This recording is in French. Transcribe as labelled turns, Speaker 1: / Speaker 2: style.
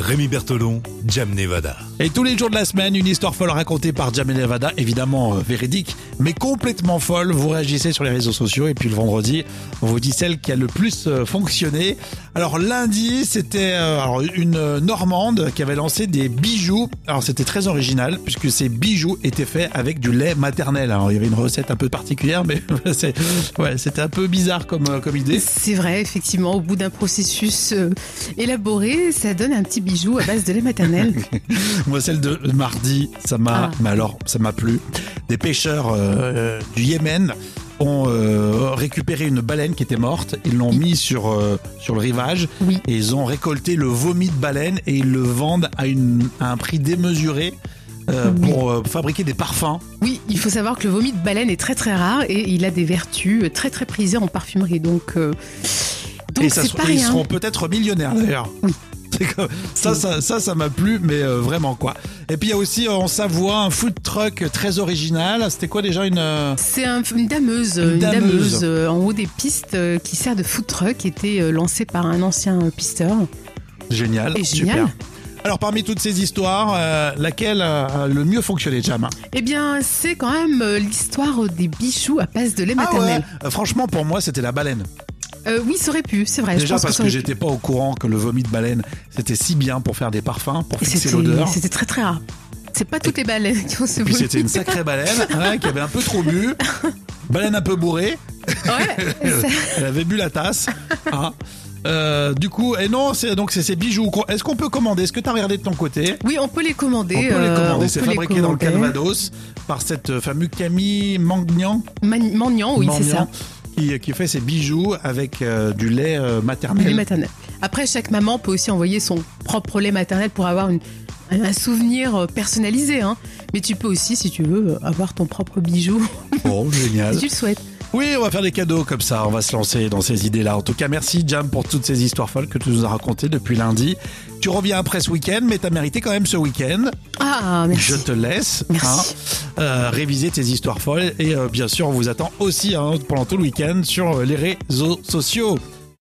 Speaker 1: Rémi Bertolon, Jam Nevada.
Speaker 2: Et tous les jours de la semaine, une histoire folle racontée par Jam Nevada, évidemment euh, véridique, mais complètement folle. Vous réagissez sur les réseaux sociaux et puis le vendredi, on vous dit celle qui a le plus euh, fonctionné. Alors lundi, c'était euh, alors, une euh, Normande qui avait lancé des bijoux. Alors c'était très original puisque ces bijoux étaient faits avec du lait maternel. Alors il y avait une recette un peu particulière, mais c'est- ouais, c'était un peu bizarre comme, euh, comme idée.
Speaker 3: C'est vrai, effectivement, au bout d'un processus euh, élaboré, ça donne un petit bijou à base de lait maternel.
Speaker 2: Moi, celle de mardi, ça m'a,
Speaker 3: Ah.
Speaker 2: mais alors, ça m'a plu. Des pêcheurs euh, euh, du Yémen ont euh, récupéré une baleine qui était morte. Ils l'ont mis sur euh, sur le rivage
Speaker 3: Oui.
Speaker 2: et ils ont récolté le vomi de baleine et ils le vendent à une à un prix démesuré. euh,
Speaker 3: Ah Oui.
Speaker 2: pour euh, fabriquer des parfums.
Speaker 3: Oui, il faut savoir que le vomi de baleine est très très rare et il a des vertus euh, très très prisées en parfumerie. Donc, euh,
Speaker 2: et
Speaker 3: donc
Speaker 2: ça
Speaker 3: c'est
Speaker 2: se-
Speaker 3: pas
Speaker 2: et ils
Speaker 3: rien.
Speaker 2: seront peut-être millionnaires d'ailleurs.
Speaker 3: Oui.
Speaker 2: C'est comme- Ça, ça, ça, ça m'a plu, mais euh, vraiment quoi. Et puis il y a aussi euh, en Savoie un food truck très original. C'était quoi déjà une euh,
Speaker 3: C'est un- une dameuse,
Speaker 2: Une
Speaker 3: une
Speaker 2: dameuse.
Speaker 3: dameuse, euh, en haut des pistes euh, qui sert de food truck, qui était euh, lancée par un ancien euh, pisteur.
Speaker 2: Génial,
Speaker 3: Et
Speaker 2: super.
Speaker 3: génial.
Speaker 2: Alors parmi toutes ces histoires, euh, laquelle euh, a le mieux fonctionné, Jam
Speaker 3: Eh bien, c'est quand même euh, l'histoire des bijoux à base de lait maternel.
Speaker 2: Euh, Franchement, pour moi, c'était la baleine.
Speaker 3: Euh, oui, ça aurait pu, c'est vrai. je
Speaker 2: Déjà
Speaker 3: pense
Speaker 2: parce
Speaker 3: ça
Speaker 2: que,
Speaker 3: aurait pu.
Speaker 2: j'étais pas au courant que le vomi de baleine, c'était si bien pour faire des parfums, pour
Speaker 3: Et
Speaker 2: fixer
Speaker 3: c'était-
Speaker 2: l'odeur.
Speaker 3: C'était très très rare. C'est pas toutes les baleines qui ont ce
Speaker 2: Et puis
Speaker 3: vomi.
Speaker 2: c'était une sacrée baleine hein, qui avait un peu trop bu, baleine un peu bourrée,
Speaker 3: Ouais, ça-
Speaker 2: elle avait bu la tasse. hein. Euh, du coup, et non, c'est donc c'est ces bijoux. Est-ce qu'on peut commander Est-ce que t'as regardé de ton côté
Speaker 3: Oui, on peut les commander.
Speaker 2: On peut les
Speaker 3: euh,
Speaker 2: commander.
Speaker 3: on
Speaker 2: C'est
Speaker 3: peut les
Speaker 2: fabriqué dans le
Speaker 3: commander.
Speaker 2: Calvados par cette euh, fameuse Camille Mangnian.
Speaker 3: Man- Mendiant, oui, c'est ça.
Speaker 2: Mendiant, Qui, qui fait ses bijoux avec euh, du lait euh,
Speaker 3: Du
Speaker 2: maternel.
Speaker 3: lait maternel. Après, chaque maman peut aussi envoyer son propre lait maternel pour avoir une- un souvenir euh, personnalisé. hein. Mais tu peux aussi, si tu veux, euh, avoir ton propre bijou,
Speaker 2: Bon, Oh, génial.
Speaker 3: si tu le souhaites.
Speaker 2: Oui, on va faire des cadeaux comme ça. On va se lancer dans ces idées-là. En tout cas, merci Jam pour toutes ces histoires folles que tu nous as racontées depuis lundi. Tu reviens après ce week-end, mais t'as mérité quand même ce week-end.
Speaker 3: Ah, merci.
Speaker 2: Je te laisse
Speaker 3: Merci.
Speaker 2: hein, euh, réviser tes histoires folles. Et euh, bien sûr, on vous attend aussi hein, pendant tout le week-end sur euh, les réseaux sociaux.